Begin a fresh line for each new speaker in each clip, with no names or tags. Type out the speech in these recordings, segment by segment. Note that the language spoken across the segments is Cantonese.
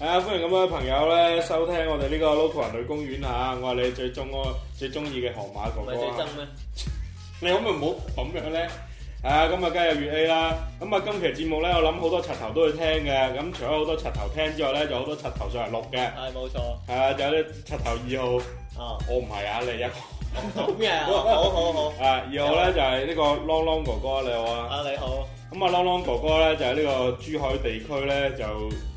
係啊，歡迎咁多位朋友咧收聽我哋呢個 local 人類公園嚇，我係你最中我最中意嘅河馬哥
唔係
哥
最憎
啊。
咩？
你可唔可以唔好咁樣咧？啊，咁啊，梗係有粵 A 啦。咁啊，今期節目咧，我諗好多柒頭都會聽嘅。咁除咗好多柒頭聽之外咧，就好多柒頭上嚟錄嘅。
係冇錯，
係啊，就有啲柒頭二號，
啊
我唔係啊，你一個。
咁嘅，好好好，
啊，二號咧就係呢個啷啷哥哥，你好啊。
啊你好，
咁啊，啷啷哥哥咧就喺呢個珠海地區咧就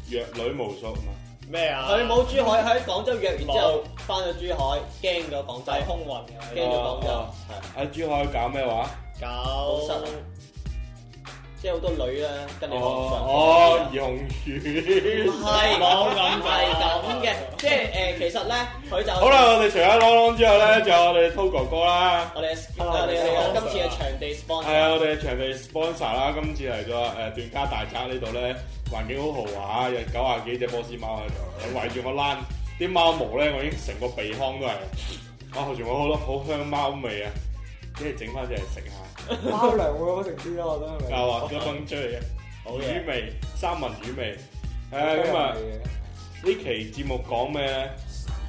弱女無數嘛。
咩啊？
佢冇珠海喺廣州約完之後
冇，
翻咗珠海，驚咗廣
就係
州，
空運嘅，
驚咗廣州
哦，
係
喺珠海搞咩話？
搞
好失啊！即係好多女咧跟你網上，
哦，哦，紅魚
唔。係
冇
唔
咁
係咁嘅，即係誒其實咧佢就
好啦，，我哋除咗啷啷之後咧，就有我哋濤哥哥啦。
我哋我哋今次嘅場地 sponsor
係啊，我哋場地 sponsor 啦，今次嚟咗誒段家大宅呢度咧，環境好豪華，有九啊幾隻波斯貓喺度，圍住我躝，啲貓毛咧，我已經成個鼻腔都係，啊，仲有好多好香貓味啊，一係整翻隻嚟食下，
貓糧會好食啲咯，我覺得係咪？
啊，話咗崩出嚟嘅
好
魚
嘢，
味，三文魚味，誒咁啊，呢期節目講咩咧？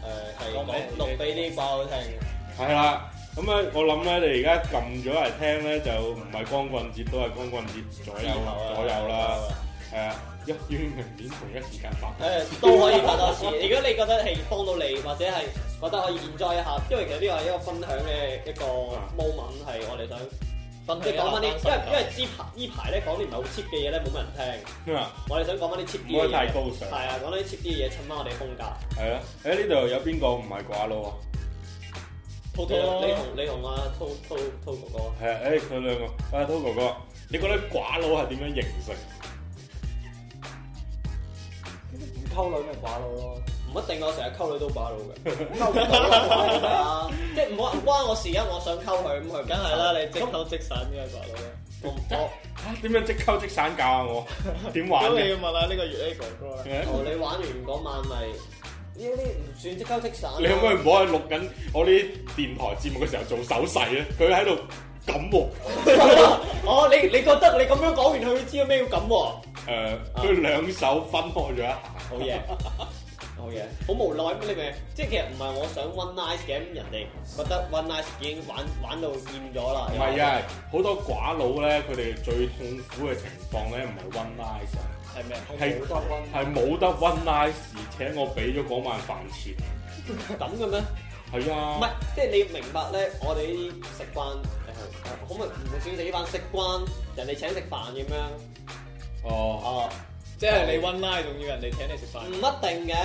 誒係錄俾啲瓜佬聽嘅，
係啦，咁咧我諗咧，你而家撳咗嚟聽咧，就唔係光棍節，都係光棍節左右左右啦。係啊，一於明年同一時間發。
誒都可以拍多次。 如果你覺得係幫到你，或者係覺得可以 enjoy 一下，因為其實呢個係一個分享嘅一個 moment，係我哋想即係講翻啲，因為因為呢排呢排咧講啲唔係好 cheap 嘅嘢咧，冇乜人聽。
因為
我哋想講翻啲 cheap
唔可
啲
以
嘅
太
嘢，
高尚。
係啊，講啲 cheap 啲嘅嘢，襯翻我哋風格。
係啊，誒呢度有邊個唔係寡佬啊？
你同你同你同阿滔滔滔哥哥，
係啊，誒佢兩個，啊滔哥哥，你覺得寡佬係點樣形成？
唔溝女咪寡佬咯，
唔一定我成日溝女都把 佬嘅，
溝唔到
係啊，即係唔好唔關我事啊！我想溝佢咁佢唔
梗係啦，你即溝即散嘅個佬，
我
嚇點樣即溝即散教啊我？點玩
咁你
嘅？
要問下呢個月 A 哥哥啦，
哦，你玩完嗰晚咪呢啲唔算即溝即散啊。
你可唔可以唔好喺錄緊我呢啲電台節目嘅時候做手勢咧？佢喺度咁喎。
哦，你你覺得你咁樣講完佢知道咩要咁喎？
誒，佢兩手分開咗一下，
好嘢，好嘢，好無奈咁你咪，即係其實唔係我想 one night 嘅，咁人哋覺得 one night 已經玩玩到厭咗啦。
唔係啊！好多寡佬咧，佢哋最痛苦嘅情況咧，唔係 one night，
係咩？
係
冇得温，
係冇得 one night，而且我俾咗嗰晚飯錢。
又，咁嘅咩？
係
唔
啊，
係，即係你要明白咧，我哋呢啲食慣，可唔可以唔好少食呢班食慣人哋請食飯咁樣？
哦，
哦，
即係你 one night 仲要人哋請你食
唔
飯，
一定嘅，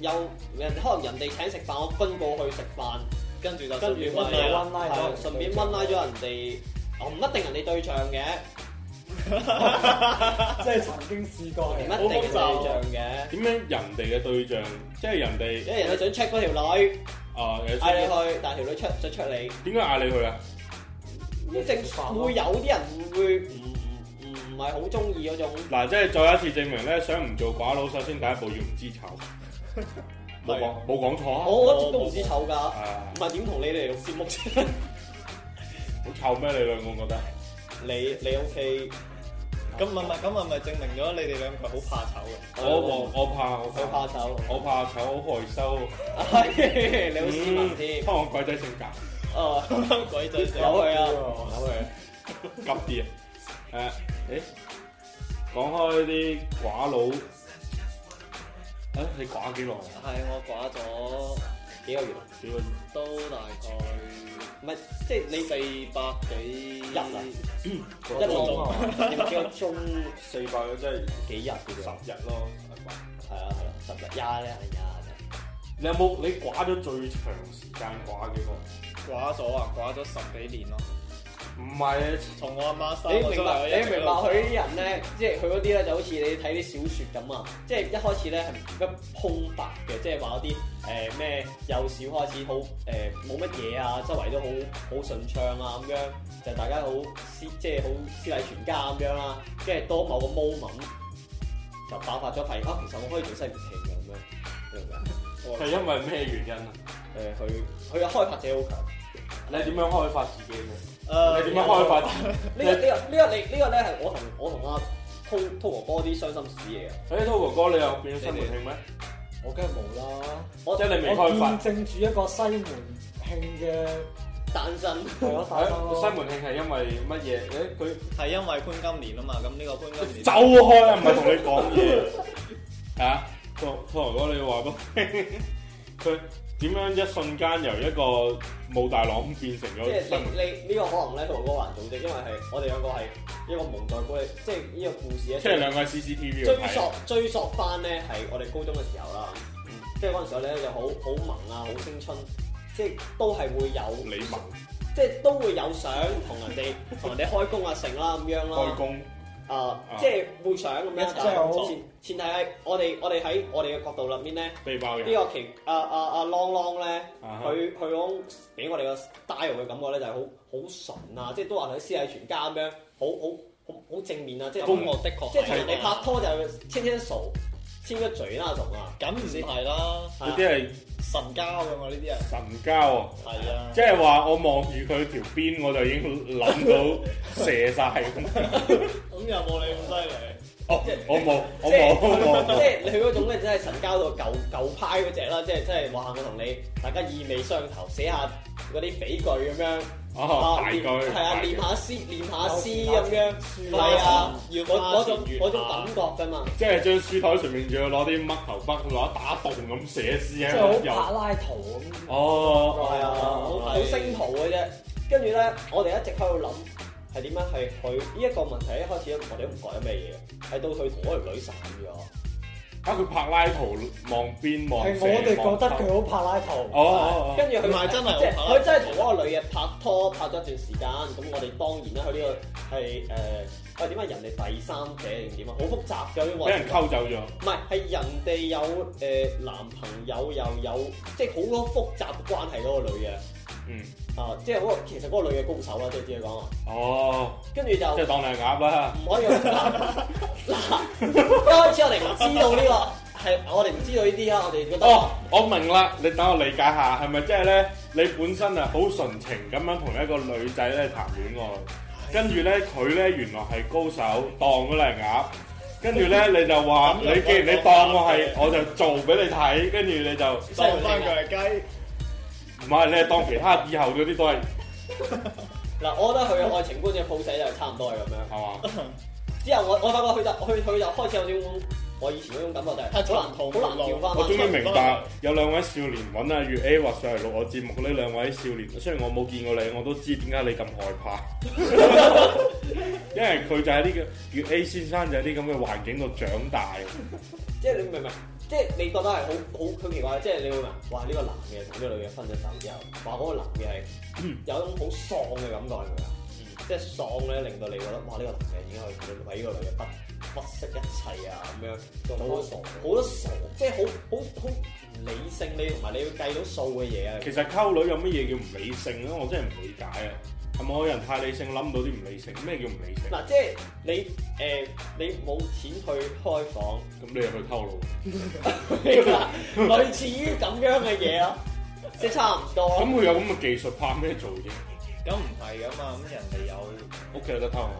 有人可能人哋請食飯，我跟過去食飯。
跟住就
跟住咪
咪
係
啦，
啦 one night
係
咗人
順便温拉咗人哋，我唔一定人哋對象嘅，
即係曾經試過
唔一
嘅。
定人哋對象嘅，
點樣人哋嘅對象，即係人
因
哋
為人哋想 check 嗰條女，
啊，有
嗌你去，但係條女 check 就 check 你，
點解嗌你去啊？
咁正常會有啲人會唔唔唔係好中意嗰種，
嗱，即係再一次證明咧，想唔做寡佬，首先第一步要唔知醜， 冇講冇講錯啊！
我我一直都唔知醜㗎，
啊
唔，係點同你哋錄節 目啫？
好臭咩？你兩個覺得？
你你 OK，
咁咪咪咁咪咪證明咗你哋兩個好怕醜嘅，
Ờ,
我我我怕我
佢
怕
怕醜，
我怕醜，好害羞。嗯
係你好
Ừ.
斯文啲，
香港鬼仔性格
哦，
鬼仔
有佢啊，
有佢，
急啲啊！誒，誒，講開啲寡佬，誒、你寡幾耐啊？
係我寡咗
幾個月，
幾個月？
都大概
唔係即係你
四百幾
日啊
一
一
個鐘
路
啊，
你咪幾個鐘
四百即係
幾日嘅啫。
十日咯，係嘛？
係啊係啊，十日廿咧係廿
你有冇你寡咗最長時間寡幾個？
寡咗啊，寡咗十幾年咯，
唔係
從我阿媽生
日。
我
你
出
明白
嚟，
你明白佢啲人咧，即係佢嗰啲咧就好似你睇啲小説咁啊，即係一開始咧係一空白嘅，即係話嗰啲誒咩幼小開始好誒冇乜嘢啊，周圍都好好順暢啊咁樣，就大家好師即係好師禮全家咁樣啦，跟住多某個 moment 就爆發咗，發現啊其實我可以做西門慶嘅咁樣，你明唔明啊？
係因為咩原因啊？
誒佢佢嘅開發者好強。
你點樣開發自己嘅？
誒
你點樣開發？
呢個呢個呢個你呢個咧係我同我同阿滔滔哥哥啲傷心事嚟嘅。
誒，滔哥哥，你又變咗新門慶咩？
我梗係冇啦，
即係你未
我
開發
見。證住一個西門慶嘅
單身。
係咯
係
誕
啊
生 咯
西門慶係因為乜嘢？誒佢
係因為潘金蓮啊嘛，咁呢個潘金蓮
走開啊！唔係同你講嘢啊嚇。托托羅哥，你話俾我聽佢點樣一瞬間由一個武大郎變成
即
咗
係
西門
你你呢個可能咧，同我哥還組織，因為係我哋兩個係一個蒙代高力，即係呢個故事咧。
即係兩個係 CCTV
追
度睇
溯追溯翻咧，係我哋高中嘅時候啦，即係嗰陣時候咧就好好萌啊，好青春，即係都係會有，
李文
即係都會有想同 人哋同人哋開工啊、成啦咁樣
開
啦，
工，
啊，即係會想咁樣，
即係好
前前提係我哋我哋喺我哋嘅角度入面咧，
被爆
呢
人
個其啊啊啊啷啷咧。
啊哈
佢佢嗰種俾我哋個 style 嘅感覺咧，就係好好純啊，即係都話佢師禮全家咁樣，好好好好正面啊，即係
中國的確
即係同人哋
啦
拍拖就係牽牽手、牽個嘴啦，同啊，
咁唔係啦，
嗰啲係
神交嘅嘛呢啲人，
神交啊！
係啊，
即係話我望住佢條邊，我就已經諗到射晒 咁。
咁又冇你咁犀利。
哦
即係，
我冇，我
即係
冇，我
即
冇。
係你嗰種咧，真係神交到舊舊派嗰只啦，即係即係話我同你大家意味相投，寫下嗰啲匪句咁樣，
哦，大句
練係啊，
大句
練下詩，練下詩咁樣，
哎
書
係啊，
要
嗰嗰種
花前月
嗰種
下
感覺㗎嘛，
即係將書台上面仲要攞啲乜頭筆攞打洞咁寫
即
詩
係好
喺度
柏
又
拉圖咁。
哦，
係啊，好好星途嘅啫。跟住咧，我哋一直喺度諗係點樣係佢呢一個問題，一開始我哋都唔覺得咩嘢，係到佢同嗰條女散
哦
咗，
啊佢柏拉圖望邊望蛇
係我哋覺得
望
佢好柏拉圖，
哦哦哦
跟住佢
唔係真係
即係
好啊
佢真係同嗰個女嘅拍拖拍咗一段時間，咁我哋當然啦，佢呢個係誒喂點解人哋第三者定點啊？好複雜嘅呢個
俾人溝走咗，
唔係係人哋有誒男朋友又有，即係好多複雜嘅關係嗰個女嘅
嗯，
啊，即係嗰個其實嗰個女嘅高手啦，即係只係講話，
哦，
跟住就
即。係當你係鴨啦，
唔可以用啊嗱嗱，一開始我哋唔知道呢、個係我哋唔知道呢啲啊，我哋覺得
哦，我明啦，你等我理解下，係咪即係咧？你本身啊好純情咁樣同一個女仔咧談戀愛，跟住咧佢咧原來係高手，當咗你係鴨。跟住咧，你就話
咁又
你既然你
當
當我係
當，
我就做俾你睇，跟住你就
當翻佢係雞，
唔係你係當其他以後嗰啲都係
嗱，我覺得佢嘅愛情觀嘅 pose 就差唔多係咁樣。
係嘛？
之後我我發覺佢就佢佢就開始有種我以前嗰種感覺就係好難好難調翻
我終於
翻。
明白有兩位少年揾阿月 A 或上嚟錄我節目呢兩位少年，雖然我冇見過你，我都知點解你咁害怕， 因為佢就喺呢、個月 A 先生就喺啲咁嘅環境度長大。
即係你明唔明？即係你覺得係好好好奇怪，即係你會明，哇！呢、個男嘅同呢個女嘅分咗手之後，話嗰個男嘅係有種好喪嘅感覺係咪啊？即係喪咧，令到你覺得哇！呢、個男嘅已經係為呢個女嘅不不惜一切啊咁樣，做好多傻，好多傻，即係好好好唔理性，你同埋你要計到數嘅嘢啊！
其實溝女有乜嘢叫唔理性咧？我真係唔理解啊！係咪我人太理性諗唔到啲唔理性？咩叫唔理性？
嗱，即係你誒、你冇錢去開房，
咁你又去偷路？
類似於咁樣嘅嘢咯，即係差唔多咯
咁。佢有咁嘅技術，怕咩做啫？
咁唔係噶嘛，咁人哋有
屋企有得偷啊！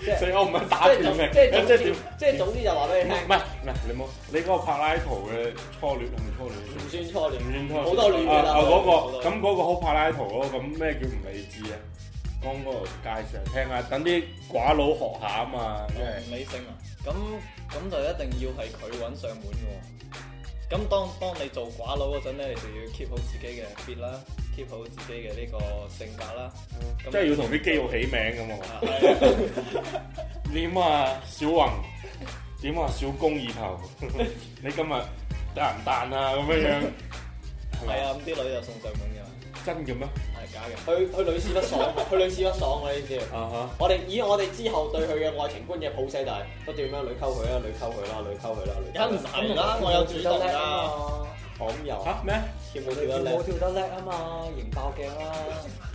即 係
所以我唔係
即係總即係總
打斷你， 即係點
之？即係總之就話俾
唔
你聽，
係唔係，你冇你嗰個柏拉圖嘅初戀係咪初戀？
唔算初
唔
戀，
算初
好
戀。
多戀嘅
啊
啦
啊。嗰
好多
個咁嗰個好柏拉圖嗰個咁咩叫唔理智啊？講嗰個介紹嚟聽下，等啲寡佬學下啊嘛，因為
唔理性啊，咁咁就一定要係佢揾上門嘅喎。咁當當你做寡佬嗰陣咧，你就要 keep 好自己嘅 fit 啦，keep 好自己嘅呢個性格啦。咁
即係要同啲基佬起名咁喎。
啊係啊
點啊，小宏？點啊，小公二頭？你今日彈唔彈啊？咁樣樣係
係
咪啊？
啊，咁啲女就送上門嘅嘛，
真嘅咩？
係假嘅。
佢佢屢試不爽，佢屢試不爽我呢啲。
啊哈！
我哋以我哋之後對佢嘅愛情觀嘅普世就係不斷咁樣女溝佢啦，女溝佢啦，女溝佢啦，女溝
梗唔
佢啦。
係啦，我有主動
跳得叻啊
㗎。
嘛，
咁又
嚇咩？
跳舞
你
跳得
跳舞
叻，
跳得叻啊嘛，型爆鏡啦，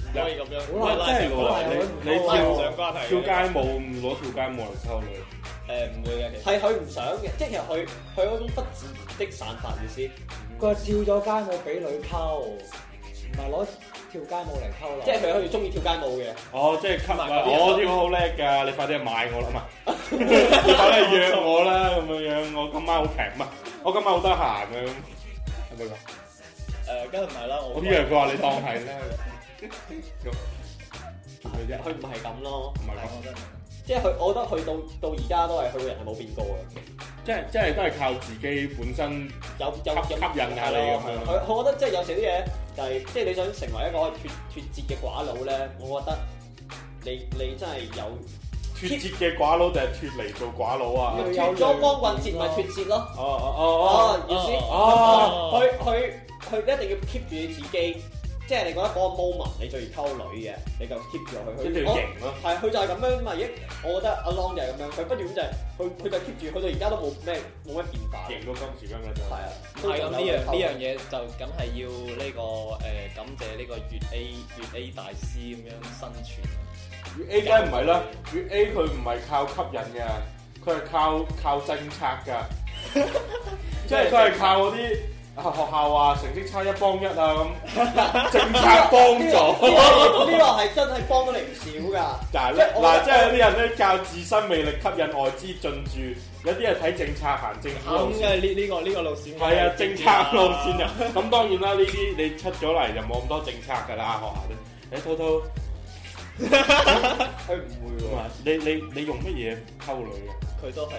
唔可以咁樣，
好
喂，
難
真係
好
喎！
難
你你
好難
跳
唔上關係
跳街舞唔攞跳街舞嚟溝女？
誒唔會嘅，其實
係佢唔想嘅，即係其實佢佢嗰種不自然的散發意思，
佢係跳咗街舞俾女溝，唔係攞跳街舞嚟溝女。
即係佢好似中意跳街舞嘅。
哦，即係吸引
唔係嗰啲
啊 我跳好叻㗎，你快啲去買我啦，唔係你快啲去約我啦，咁樣樣晚好平，唔係我今晚好得閒嘅咁，係咪咁？
誒，梗係唔係啦，我
我以為佢話你當係咧，咁做咩啫？
佢唔係咁咯，
唔係
係
咁，
我真係
即係佢，我覺得佢到到而家都係佢個人係冇變過嘅，
即係即係都係靠自己本身
有有
吸
有
吸引下你
係
咁
咯
樣。
佢我覺得即係有時啲嘢就係即係你想成為一個脱脱節嘅寡佬咧，我覺得你你真係有
脱節嘅寡佬定係脱離做寡佬啊？
要有
脱咗光棍節咪脱節咯。
哦哦哦
哦，意思
哦
佢佢佢一定要 keep 住你自己，即係你覺得嗰個 moment 你最溝女嘅，你就 keep 住
哦，
佢。
一定
佢
要
我
型咯。
係佢就係咁樣嘛，一我覺得阿 Long 就係咁樣，佢不斷咁就係佢佢就 keep 住，佢到而家都冇咩冇咩變化。
型到今時今日就
係啊，
唔係咁呢樣呢樣嘢就梗係要呢、個誒、感謝呢個粵 A 粵 A 大師咁樣生存。啊
粵 A 梗係唔係啦，粵 A 佢唔係靠吸引嘅，佢係靠靠政策㗎， 即係佢係靠嗰啲啊學校啊成績差一幫一啊 咁，政策幫助。
呢個係真係幫到你唔少㗎。
嗱
即係我
嗱，即係有啲人咧靠自身魅力吸引外資進駐，有啲係睇政策行政府路
啱
線。
嘅呢呢個呢、個路線。
係啊，政策路線啊，咁當然啦，呢啲你出咗嚟就冇咁多政策㗎啦，學校都。誒，滔滔，
佢唔會喎，
啊你你你用乜嘢溝女啊？
佢都係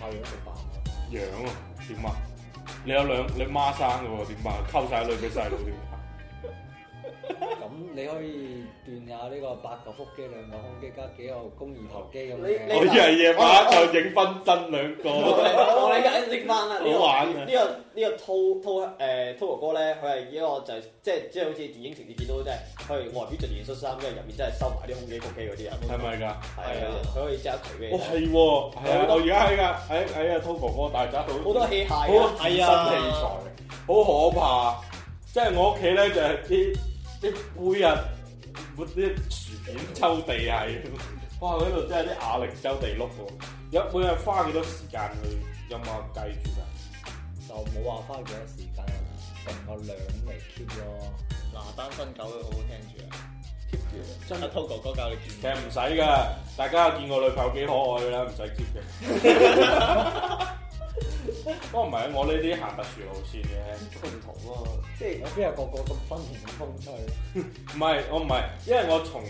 靠樣食飯。
樣啊？點啊？你有兩你孖生嘅喎，點啊？溝晒女俾細佬點啊？
咁你可以斷下呢個八嚿腹肌、兩個胸肌加幾個肱二頭肌咁嘅。
你
我以為夜晚就影分身兩個，
我理解拎翻啦，呢個
好玩啊
呢個呢個兔兔誒 t o 哥咧，佢係一個就係即係即係好似電影情節見到，即係佢係外表着件恤衫，跟住入面真係收埋啲胸肌、腹肌嗰啲人，啊
係咪㗎？
係啊，佢可以即刻除俾
哦
你睇，
係喎，係啊！我而家喺㗎喺喺阿滔哥哥大宅度
好。多器
好
械
多
啊，
身器材，好可怕。即係我屋企咧就係啲啲杯啊，嗰啲薯片抽地係， 哇！嗰度真係啲瓦力周地碌喎。有每日花幾多時間去有冇計住㗎？
就冇話花幾多時間，定個量嚟 keep 咯。
嗱單身狗，佢好好聽住啊！
keep 住，
阿滔哥哥教你
其
健
實唔使㗎，大家有見我女朋友幾可愛㗎啦，唔使 keep 嘅。 不過唔係，我呢啲行特殊路線嘅。
佢唔同喎，即係
有邊有個個咁分庭風趣？
唔係，我唔係，因為我從誒、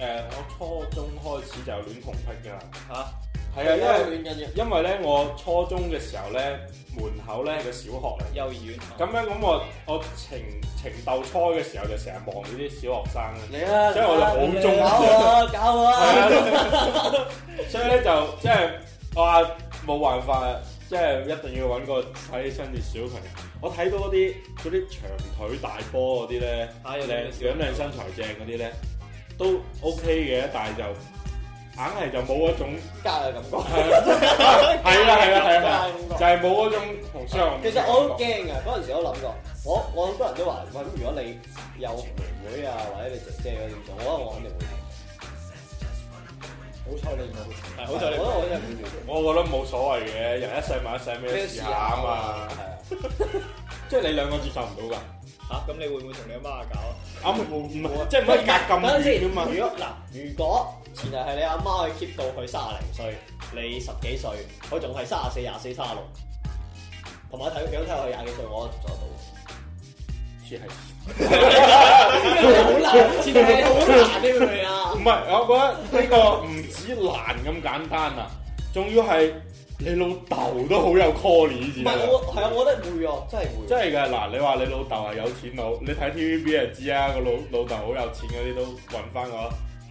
呃我初中開始就有戀童癖㗎啦。
嚇，
係啊，因為。
亂緊嘅，
因為咧，我初中嘅時候咧，門口咧係個小學嚟嘅，
幼兒園
咁樣咁我我情情竇初嘅時候就成日望住啲小學生咧，
你啊，
所以我就好中
搞
意，
啊搞 啊，
所以咧就即係哇冇辦法啊，即係一定要揾個睇起身嘅小朋友。我睇到嗰啲嗰啲長腿大波嗰啲咧，
嚇
靚
有兩
樣靚身材正嗰啲咧，都 OK 嘅，但係就硬係就冇嗰 種
加嘅感覺，
係啦係啦啊係啦，
加嘅感覺
就係冇嗰種同相。
其實我好驚嘅，嗰陣時我諗過，我我好多人都話：喂，咁如果你有妹妹啊，或者你姐姐嗰啲點做？我覺得我肯定會點。
好彩你冇。
係好在你
我覺得我真係會點。
我覺得冇所謂嘅，人一世物一世咩都試下啊嘛。即係你兩個接受 唔到㗎，
嚇，咁你會唔會同你阿媽搞啊？
啊唔唔即係唔可以隔咁
等陣
遠
先，
㗎
如
嘛。
果嗱，如果前提係你阿媽可以 keep 到佢三廿零歲，你十幾歲，佢仲係三廿四、廿四、三廿六，同埋睇樣睇佢廿幾歲，我做得到。
似係
啊
啊
好難，前提係好難，你明唔明啊
唔？係？我覺得呢個唔止難咁簡單啊，仲要係你老豆都好有 call 你
唔
字啊
係我係啊，我覺得會喎，真係會。
真係㗎嗱，你話你老豆係有錢佬，你睇 TVB 就知啊，個老老豆好有錢嗰啲都揾翻個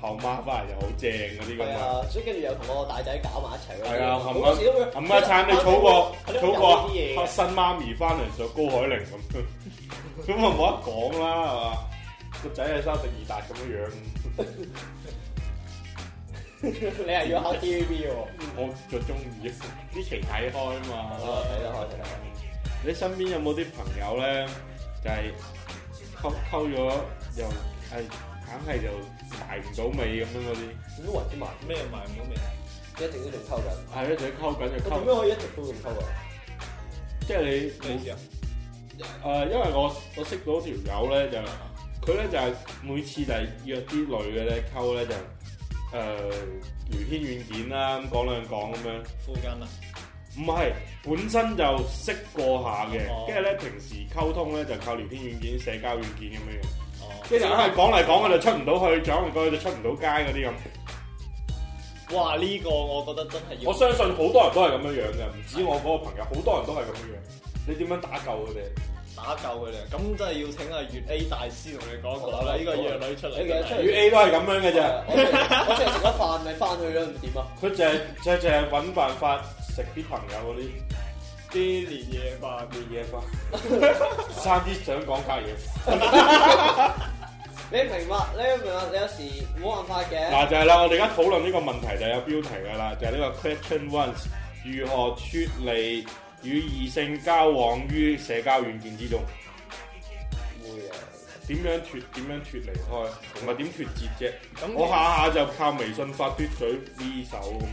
後媽翻嚟就好正嗰啲㗎
係
嘛。
啊，所以跟住又同我大仔搞埋一齊嗰啲
係啊
好
冚
多時都會。
冚家鏟你儲過
我都
儲
有呢啲嘢
過啊
嘅
新媽咪翻嚟上高海寧咁，咁 啊冇得講啦係嘛？個仔係生迪二達咁樣樣，
你係要考 TVB 喎。
我就中意 呢期睇開啊嘛。
睇得開睇得開。
你身邊有冇啲朋友咧，就係溝溝咗又係硬係就埋唔到尾咁樣嗰啲？
點都為之埋，
咩埋唔到味？
一直都仲溝緊。
係咯，就溝緊就
我點
溝，
樣可以一直都仲啊溝緊？
即係你
咩意
冇
思啊？
誒、因為我我識到條友咧，就佢咧就係每次就係約啲女嘅咧溝咧就誒、呃聊天軟件啦，咁講兩講咁樣，
附近啊，
唔係，本身就識過下嘅
哦，
跟住咧平時溝通咧就靠聊天軟件、社交軟件咁樣樣，
哦，
跟住硬係講嚟講去就出唔到去，講嚟講去就出唔到街嗰啲咁。
哇！呢個我覺得真係要
我相信好多人都係咁樣樣嘅，唔止我嗰個朋友，好多人都係咁樣樣。你點樣打救佢哋？
打救佢哋，咁真係要請阿粵 A 大師同你講講啦，呢個弱女出嚟
呢個出嚟
真係
與 A 都係啊咁樣嘅啫，
我我淨係食咗飯咪翻去咯，唔點啊？
佢就係就係就係揾辦法食啲朋友 嗰啲
啲年夜飯。
嘅嘢翻， 差啲想講下嘢。
你明白？你明白？你有時冇辦法嘅。
嗱就係啦，我哋而家討論呢個問題就有標題㗎啦，就係、呢個 question ones 如何脱離與異性交往於社交軟件之中？
會啊，
點樣脱？點樣脱離開？同埋點脱節啫？
咁
我下下就靠微信發嘟嘴呢手咁。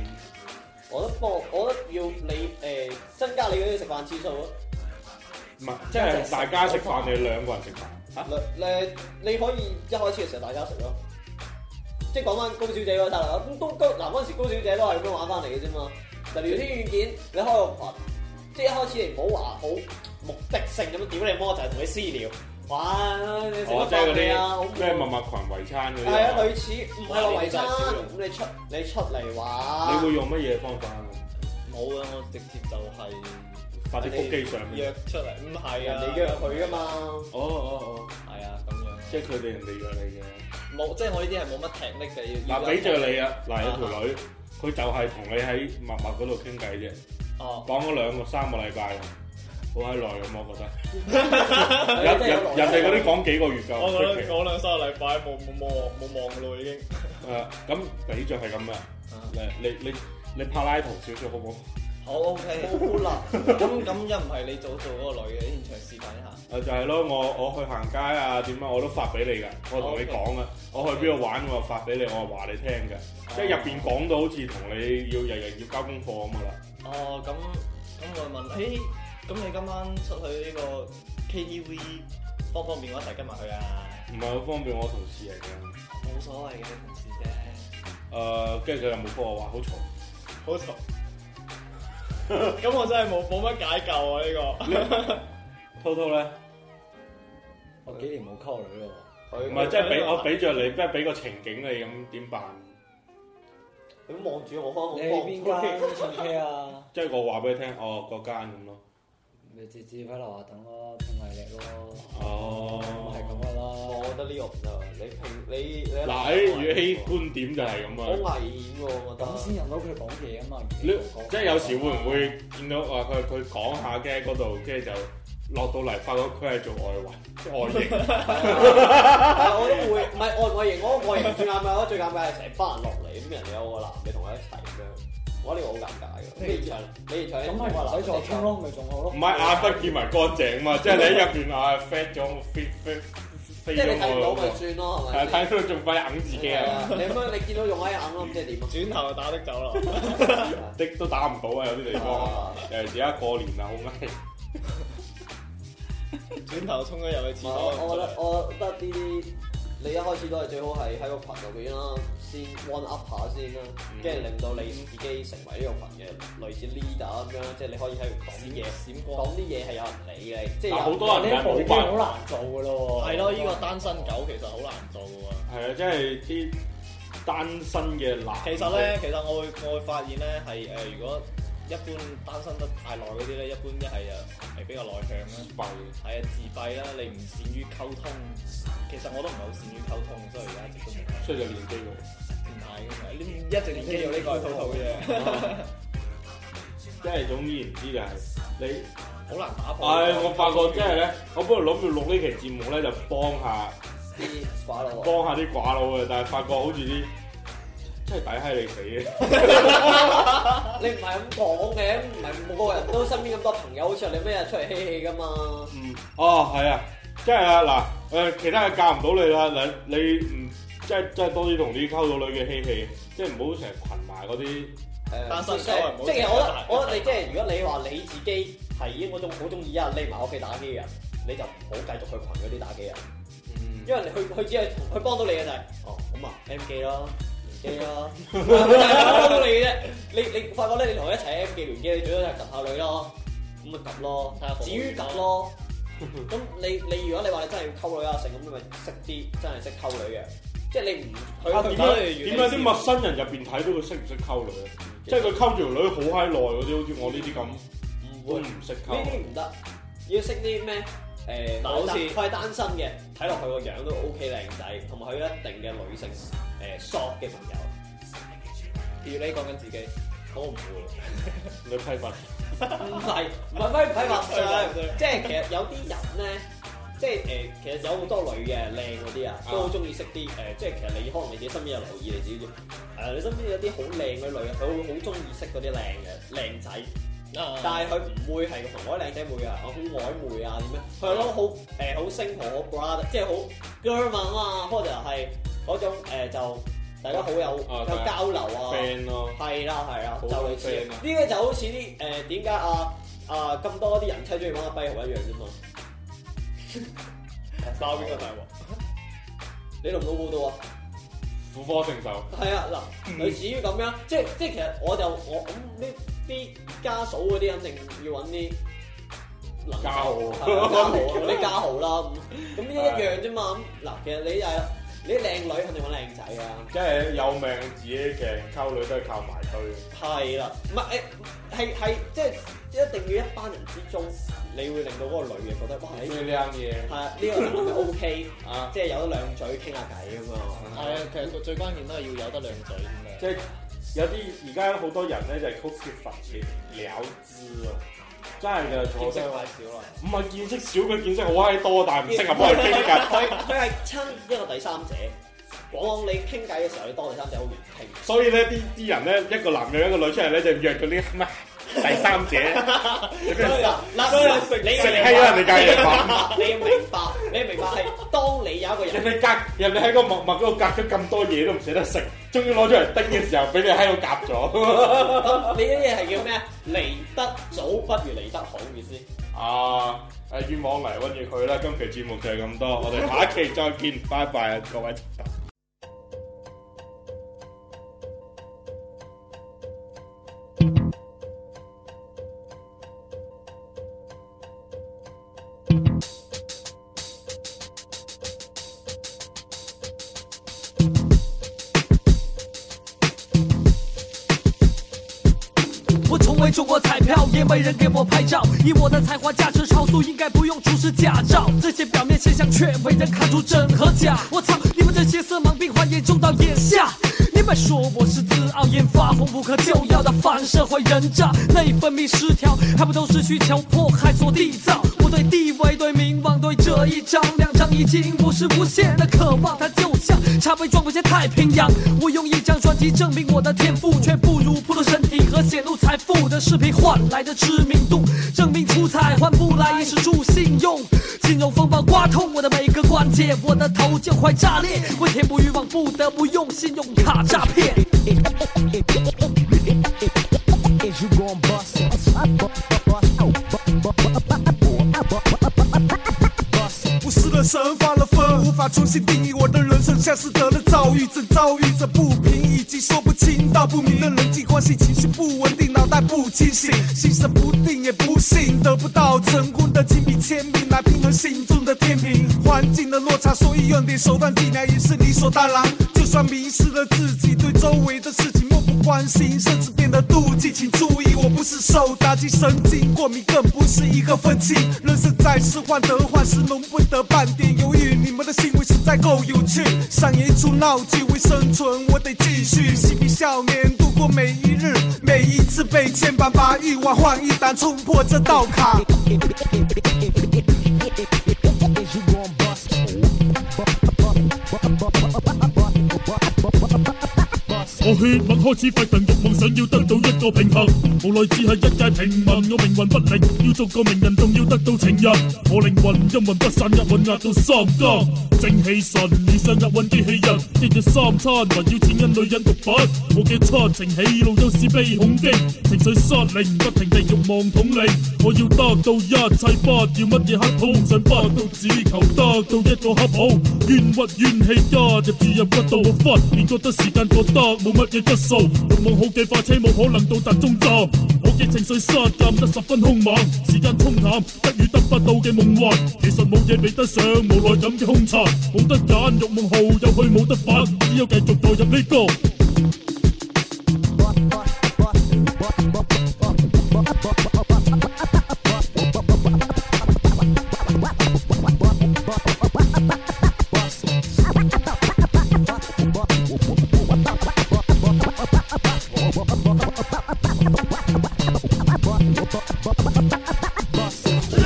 我覺得幫，我覺得要你誒增加你嗰啲食飯次數啊咯。
唔係，即係大家食飯，你兩個人食飯嚇，
你你你可以一開始嘅時候大家食咯，即係講翻高小姐嗰單啦。咁高高嗱嗰陣時高小姐都係咁樣玩翻嚟嘅啫嘛。就聊天軟件，你開個群，即係一開始你唔好話好目的性咁樣屌你魔，就係同你私聊。哇！你食
哦
咗，
即係
飯
嗰
未啊？好唔
啲
好
咩默默群圍餐嗰啲
係啊，
啊。
類似唔係話圍餐，咁你出你出嚟
你
玩，
會用乜嘢方法啊？
冇啊！我直接就係
發啲腹肌上面。
約出嚟，唔係
人
啊，
哋約佢噶嘛。
哦哦哦，
係啊，咁樣
即係佢哋人哋約你嘅。
冇，即係我呢啲係冇乜踢力嘅。要
嗱，俾着你啊！嗱，有條女，佢就係同你喺陌陌嗰度傾偈啫，
哦，
講咗兩個三個禮拜，好閪耐咁，我覺得。 人
人
人人哋嗰啲講幾個月
哦
㗎，
我
唔
覺
出
得
奇
講兩三個禮拜冇冇望冇望咯已經。
誒，啊咁俾着係咁啊！你你你你拍拉圖少少好唔好？
好 OK，
好啦，
咁咁又唔係你早做嗰個女嘅，現場示範一
誒啊
下。
就係咯，我我去行街啊，點啊，我都發俾你㗎，我同你講㗎，我去邊度玩我發俾你，我話你聽㗎，即係入邊講到好似同你要日日要交功課咁㗎啦。
哦，咁咁我問，誒，咁你今晚出去呢個 KTV 方唔方便我一齊跟埋去啊？
唔係好方便我同事嚟嘅。
冇所謂嘅，同事啫。
誒，啊跟住佢又冇覆我話好嘈。
好嘈。咁我真係冇冇乜解救啊！呢、
滔滔咧，
我幾年冇溝女咯喎。
佢
唔係即係
啊
俾我俾着你，即係俾個情景你咁點辦？
佢望住我開
你
我
去邊間唱 K 啊？
即係我話俾你聽，哦嗰間咁咯。
咪直接喺樓下等咯，碰毅力咯，
哦，
係咁
我
噶啦。
覺得呢個唔得，啊你平你你
嗱，誒語氣觀點就係咁
好
啊。
危險喎， 我覺
咁
得。
先入到佢講嘢啊嘛。
你即係有時會唔會見到話佢佢講下嘅嗰度，跟住就落到嚟發覺佢係做外圍，即係外 形。
啊我都會，唔 係外外形，我外形最尷尬，我最尷尬係成班人落嚟，咁人哋有個男嘅同我一齊咁樣，我覺得呢個好尷尬嘅。你現場，你現場
咁咪唔使再傾咯，咪仲好咯。
唔係眼不見為乾淨嘛，即係你喺入邊啊 fat 咗我 fit
即
fit 飛
係你
咗
睇唔到
我
咪
喎，
算
係
咯，係
啊
咪？
睇到仲快揞自己
係
啊！
啊！你咁你見到用威眼咯，咁即係 點啊？
轉頭就打的走 啦。
的都打唔到啊，有啲地方
啊，
尤其而家過年啊，好危。
轉頭衝咗入去廁
唔係
所。
我我覺得我覺得呢啲你一開始都係最好係喺個群入邊啦，先 one up 下先啦，
嗯
跟住令到你自己成為呢個群嘅類似 leader 咁樣啦，即係你可以喺度講啲嘢，
閃
講。啲嘢係有人理嘅，即係
嗱，好
有
多啊人
呢
係
步已
冇
經
辦
好難做噶咯喎。
係咯，呢、個單身狗其實好難做嘅喎。
係啊，即係啲單身嘅男。
其實咧，，其實我會我會發現咧係誒，如果一般單身得太耐嗰啲咧，一般一係誒係比較內向啦，
弊
係啊自閉啦，你唔善於溝通。其實我都唔係好善於溝通，所以而家一直都冇
所以就練肌肉。
唔係嘅嘛。你一直練肌肉呢個係套套嘅，
即係總而言之就係你。
好難打
哦
破。
唉，我發覺真係咧，我本來諗住錄呢期節目咧，就幫下
啲寡佬喎。
幫下啲寡佬啊嘅，但係發覺好似啲真係抵閪你死嘅。
啊你唔係咁講嘅，唔係每個人都身邊咁多朋友，好似你咩啊日出嚟嬉戲噶嘛？
嗯，哦，係啊，即係啊，嗱，誒，其他嘢教唔到你啦，你你唔即係即係多啲同啲溝到女嘅嬉戲，即係唔好成日群埋嗰啲。
誒
單身
即
狗係唔
係
好
即係我覺得
成日打，
我覺得你即係如果你話你自己係嗰種好中意一日匿埋屋企打機嘅人，你就唔好繼續去群嗰啲打機人。
嗯，
因為佢佢只係佢幫到你嘅就係、哦，咁啊啊 M 啊記咯，唔機啦，就係講到你嘅啫。你你發覺咧，你同佢一齊咧，技聯機，你最多就係及下女咯，咁咪及咯
睇下好唔好。
至於及咯，咁你你如果你話你真係要溝女啊成，咁你咪識啲真係識溝女嘅，即係你唔佢
啊
佢
點
唔
解點解啲陌生人入邊睇到佢識唔識溝女啊？即係佢溝條女好閪耐嗰啲，好似我呢啲咁
唔
都
會。
唔識
呢
溝。
啲唔得，要識啲咩？誒、
嗱好似
佢係單身嘅，睇落佢個樣都 OK 靚仔，同埋佢有一定嘅女性誒 short 嘅朋友，
譬如你講緊自己，
我唔會。
你批發
唔係唔係唔係話
唔係唔
上，即係其實有啲人咧，即係誒、其實有好多女嘅靚嗰啲啊，都好中意識啲誒、即係其實你可能你自己身邊有留意，你自己誒、你身邊有啲好靚嘅女，佢會好中意識嗰啲靚嘅靚仔。
啊
但係佢唔會係同嗰啲靚仔妹啊，我好曖昧啊點樣？佢係咯好誒好星河好 brother，即係好 girl 嘛啊嘛，或者係嗰種、呃、就大家好有
啊
有交流啊，
friend 咯，
係啦係啦，
好
就類似
friend 啊
呢個就好似啲誒點解啊啊咁多啲人妻中意玩阿跛豪一樣啫嘛。
爆邊個大鑊？
你老唔老報道啊？
苦科承受。
係啊，
嗯
嗱，類似於咁樣，即係即係其實我就我咁呢啲家嫂嗰啲，肯定要揾啲能
家豪
係啊家豪啊嗰啲家豪啦，咁咁呢一樣啫嘛。咁嗱，其實你就係你啲靚女肯定揾靚仔啊，
即係有命自己嘅溝女都係靠埋堆。
係啦，唔係誒係係即係一定要一班人之中，你會令到嗰個女嘅覺得哇，你
所以呢啱嘢
係啊呢個男嘅 OK，
啊，
即係有得兩嘴傾下偈咁啊。
係啊，其實個最關鍵都係要有得兩嘴先得。
即係有啲而家好多人咧就係好缺乏嘅了知啊，真係嘅
見
坐
識
低
太少啦，
唔係見識少嘅見識好閪多，但係唔識入去傾偈。
佢佢係親一個第三者，往往你傾偈嘅時候，你當第三者好難傾。
所以咧，啲啲人咧，一個男人一個女出嚟咧，就約咗啲咩第三者，
所以嗱，
所以
嗱，你
食閪啦！你隔夜飯，
你要明白，你要明白係當你有一個
人
人，
哋隔人哋喺個陌陌嗰度隔咗咁多嘢都唔捨得食，終於攞出嚟叮嘅時候，俾你喺度夾咗。
你呢啲嘢係叫咩啊？嚟得早不如嚟得好，意思。
啊！誒冤枉嚟温住佢啦，今期節目就係咁多，我哋下一期再見，拜拜啊，各位。
我从未中过彩票，也没人给我拍照。以我的才华价值超速，应该不用出示驾照。这些表面现象却没人看出真和假。我操，你们这些色盲病患严重到眼下。你们说我是自傲眼发红，无可救药的反社会人渣，内分泌失调，还不都是需求迫害所缔造？我对地位、对名望、对这一张两张已经不是无限的渴望，它就像茶杯装不下太平洋。我用一张专辑证明我的天赋，却不如普通身体和显露财富的视频换来的知名度，证明出彩换不来衣食住信用。金融风暴刮痛我的每个关节，我的头就快炸裂，为填补欲望不得不用信用卡诈骗。
我失了神，发了疯，无法重新定义我的人生，像是得了躁郁症，遭遇着不平以及说不清道不明的人际关系，情绪不稳定，脑袋不清醒，心神不定也不幸，得不到成功的亲笔签名来平衡心中的天平，环境的落差，所以用点手段进来也是理所当然。就算迷失了自己，对周围的事情漠不关心，甚至变得妒忌，请注意，我不是受打击神经过敏，更不是一个分清。人生在世，患得患失，容不得半点犹豫。你们的行为实在够有趣，上演一出闹剧，为生存我得继续。嬉皮笑脸度过每一日，每一次被千般把欲望换一单，冲破这道坎。
Bust
我血脈開始沸騰，欲望想要得到一個平衡。無奈只係一介平民，我命運不靈，要做個名人仲要得到情人。我靈魂陰魂不散，押韻壓到三更。正氣神遇上押韻機器人，一日三餐還要錢銀女人毒品。我嘅七情喜怒憂是悲恐驚，情緒失靈，不停地欲望統領。我要得到一切，不要乜嘢乞討，想不到只求得到一個恰好。冤屈怨氣加入注入骨度，我忽然覺得時間過得冇乜嘢質素。欲望好嘅快車冇可能到達終站，我嘅情緒失禁得十分兇猛，時間沖淡得與得不到嘅夢幻，其實冇嘢比得上無奈咁嘅兇殘，冇得揀，欲望耗入去冇得返，只有繼續代入呢、個。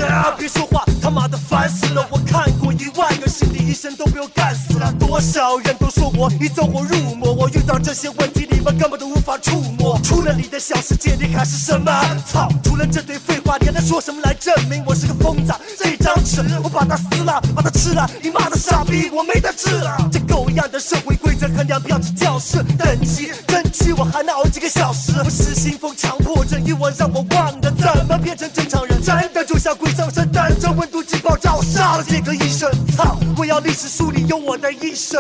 啊！别说话，他妈的烦死了！我看过一万个心理医生都被我干死了，多少人都说我已走火入魔。我遇到这些问题，你们根本都无法触摸。除了你的小世界，你还是什么？操！除了这堆废话，你还能说什么来证明我是个疯子？这张纸我把它撕了，把它吃了，你妈的傻逼，我没得治了！这狗一样的社会规则和娘票子教室等级争取，我还能熬几个小时？不是新风强迫症，一晚让我忘了怎么变成正常人，真的就像鬼上身，但这温度计爆炸，我杀了这个医生！操！我要历史书里有我的一生。